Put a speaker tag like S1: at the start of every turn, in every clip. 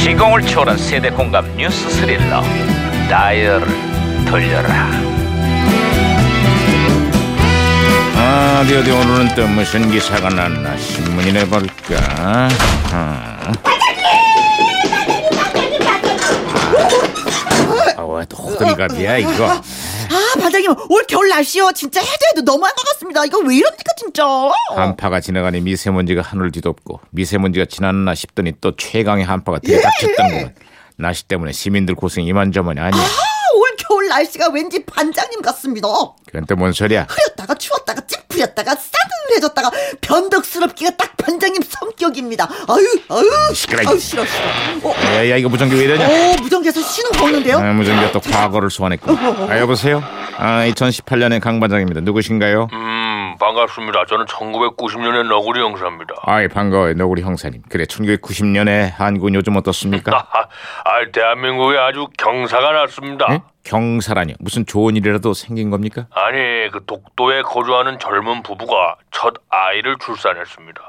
S1: 시공을 초월한 세대 공감 뉴스 스릴러 다이얼을 돌려라
S2: 아, 어디 어디 오늘은 또 무슨 기사가 났나 신문이나 볼까? 아. 어, 도둑갑이야 이거.
S3: 아 반장님 올 겨울 날씨요 진짜 해도 해도 너무한 것 같습니다 이거 왜 이럽니까 진짜
S2: 한파가 지나가니 미세먼지가 하늘 뒤덮고 미세먼지가 지났나 싶더니 또 최강의 한파가 들이닥쳤다는 건 날씨 때문에 시민들 고생 이만저만이 아니야.
S3: 아올 겨울 날씨가 왠지 반장님 같습니다
S2: 그건 또 뭔 소리야?
S3: 흐렸다가 추웠다가 찌푸렸다가 싸늘해졌다가 변덕스럽기가 딱 반장님 성격입니다 아유 아유
S2: 시끄러워.
S3: 아유 싫어 싫어 어,
S2: 야야 이거 무전기 왜 이러냐?
S3: 어 무전기에서 신호가 오는데요
S2: 아, 무전기가 또 과거를 소환했고. 아 여보세요? 아 2018년의 강 반장입니다. 누구신가요?
S4: 음, 반갑습니다. 저는 1990년의 너구리 형사입니다.
S2: 아이 반가워요 너구리 형사님 그래 1990년에 한국은 요즘 어떻습니까?
S4: 아, 아, 대한민국에 아주 경사가 났습니다.
S2: 예? 경사라뇨 무슨 좋은 일이라도 생긴 겁니까?
S4: 아니, 그 독도에 거주하는 젊은 부부가 첫 아이를 출산했습니다.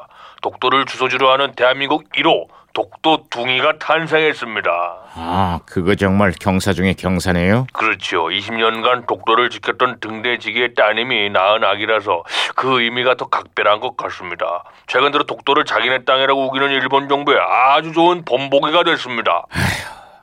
S4: 독도를 주소지로 하는 대한민국 1호 독도 둥이가 탄생했습니다.
S2: 아 그거 정말 경사 중에 경사네요
S4: 그렇지요. 20년간 독도를 지켰던 등대지기의 따님이 낳은 아기라서 그 의미가 더 각별한 것 같습니다. 최근 들어 독도를 자기네 땅이라고 우기는 일본 정부에 아주 좋은 본보기가 됐습니다.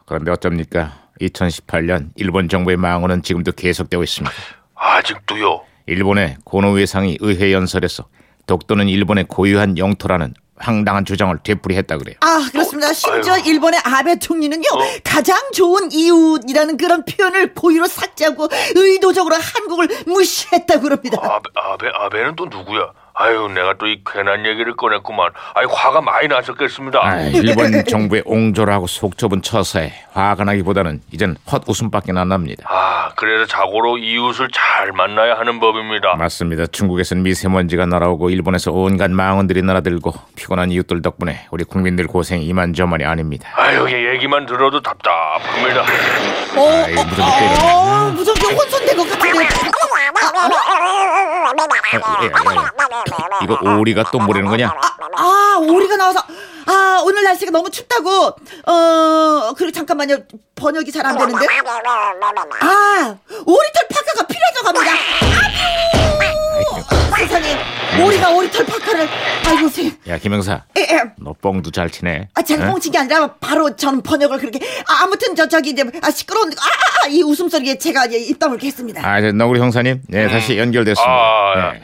S2: 그런데 어쩝니까 2018년 일본 정부의 망언은 지금도 계속되고 있습니다
S4: 아직도요.
S2: 일본의 고노 회상이 의회 연설에서 독도는 일본의 고유한 영토라는 황당한 주장을 되풀이했다 그래요
S3: 아 그렇습니다 심지어
S4: 아이고.
S3: 일본의 아베 총리는요 가장 좋은 이웃이라는 그런 표현을 고의로 삭제하고 의도적으로 한국을 무시했다고 그럽니다
S4: 아베, 아베, 아베는 또 누구야? 아유, 내가 또 이 괜한 얘기를 꺼냈구만. 아이, 화가 많이 나셨겠습니다.
S2: 아, 일본 정부의 옹졸하고 속 좁은 처사에 화가 나기보다는 이젠 헛웃음밖에 안 납니다
S4: 아, 그래서 자고로 이웃을 잘 만나야 하는 법입니다.
S2: 맞습니다. 중국에서는 미세먼지가 날아오고 일본에서 온갖 망원들이 날아들고 피곤한 이웃들 덕분에 우리 국민들 고생이 이만저만이 아닙니다.
S4: 아유, 얘 얘기만 들어도 답답합니다.
S3: 어,
S2: 아이,
S3: 어,
S2: 무전기 때리네.
S3: 어, 무전기 혼선된 것 같은데요.
S2: 이거 오리가 또 뭐라는 거냐?
S3: 아, 오리가 나와서 아, 오늘 날씨가 너무 춥다고. 어, 그리고 잠깐만요. 번역이 잘 안 되는데. 아, 오리털 파카가 필요하다고 합니다. 아이고, 세상에. 오리가 오리털 파카를 아이고 세.
S2: 야 김영사,
S3: 에, 에.
S2: 너 뻥도 잘 치네.
S3: 아, 제가 뻥친 게 아니라 바로 전 번역을 그렇게 아, 아무튼 저 저기 이제 아 시끄러운 아, 아, 아, 이 웃음소리에 제가 이제 입 다물게 했습니다.
S2: 아, 이제 너구리 형사님, 네 다시 연결됐습니다.
S4: 아,
S2: 네.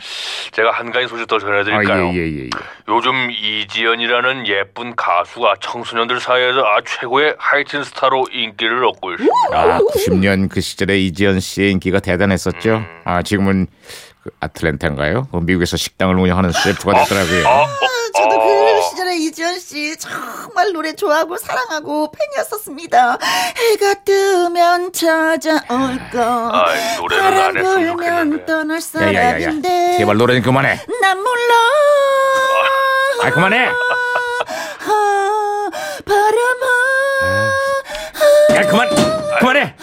S4: 제가 한가지 소식 더 전해드릴까요?
S2: 아, 예, 예, 예, 예.
S4: 요즘 이지연이라는 예쁜 가수가 청소년들 사이에서 아, 최고의 하이틴 스타로 인기를 얻고 있습니다.
S2: 아, 90년 그 시절에 이지연 씨의 인기가 대단했었죠.
S4: 음.
S2: 아, 지금은 그 아틀랜타인가요? 그 미국에서 식당을 운영하는 셰프가 됐더라고요.
S4: 아, 어,
S3: 저도
S4: 어.
S3: 그 시절에 이지연 씨 정말 노래 좋아하고 사랑하고 팬이었었습니다. 해가 뜨면 찾아올 거.
S4: 아이, 노래는
S3: 바람
S4: 안 했으면
S3: 불면
S4: 좋겠는데.
S3: 떠날
S2: 야야야야,
S3: 사람인데.
S2: 제발 노래는 그만해.
S3: 난 몰라.
S2: 아, 그만해.
S3: 아, 바람아.
S2: 야, 그만, 그만해.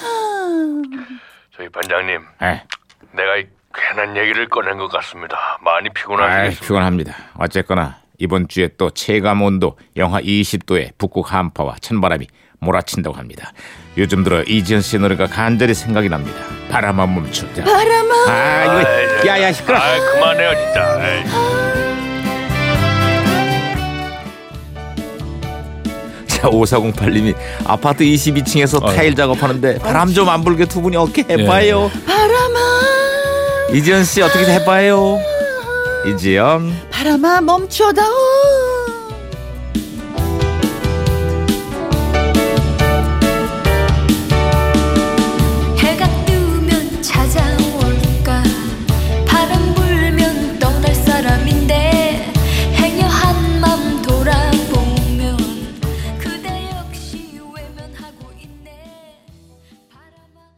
S4: 저희 반장님,
S2: 예.
S4: 내가 이 괜한 얘기를 꺼낸 것 같습니다. 많이
S2: 아이,
S4: 피곤하시겠습니다.
S2: 피곤합니다. 어쨌거나 이번 주에 또 체감 온도 영하 20도의 북극 한파와 찬바람이 몰아친다고 합니다. 요즘 들어 이지연 씨 노래가 간절히 생각이 납니다. 바람만 멈추자.
S3: 바람아.
S2: 아, 이거 야야 시끄러.
S4: 아, 그만해요 진짜. 아이.
S2: 자, 5408님이 아파트 22층에서 타일 작업하는데 바람 좀 안 불게 두 분이 어떻게 해봐요.
S3: 바람아.
S2: 이지연 씨 어떻게 해봐요. 이지연.
S3: 바람아 멈춰다오.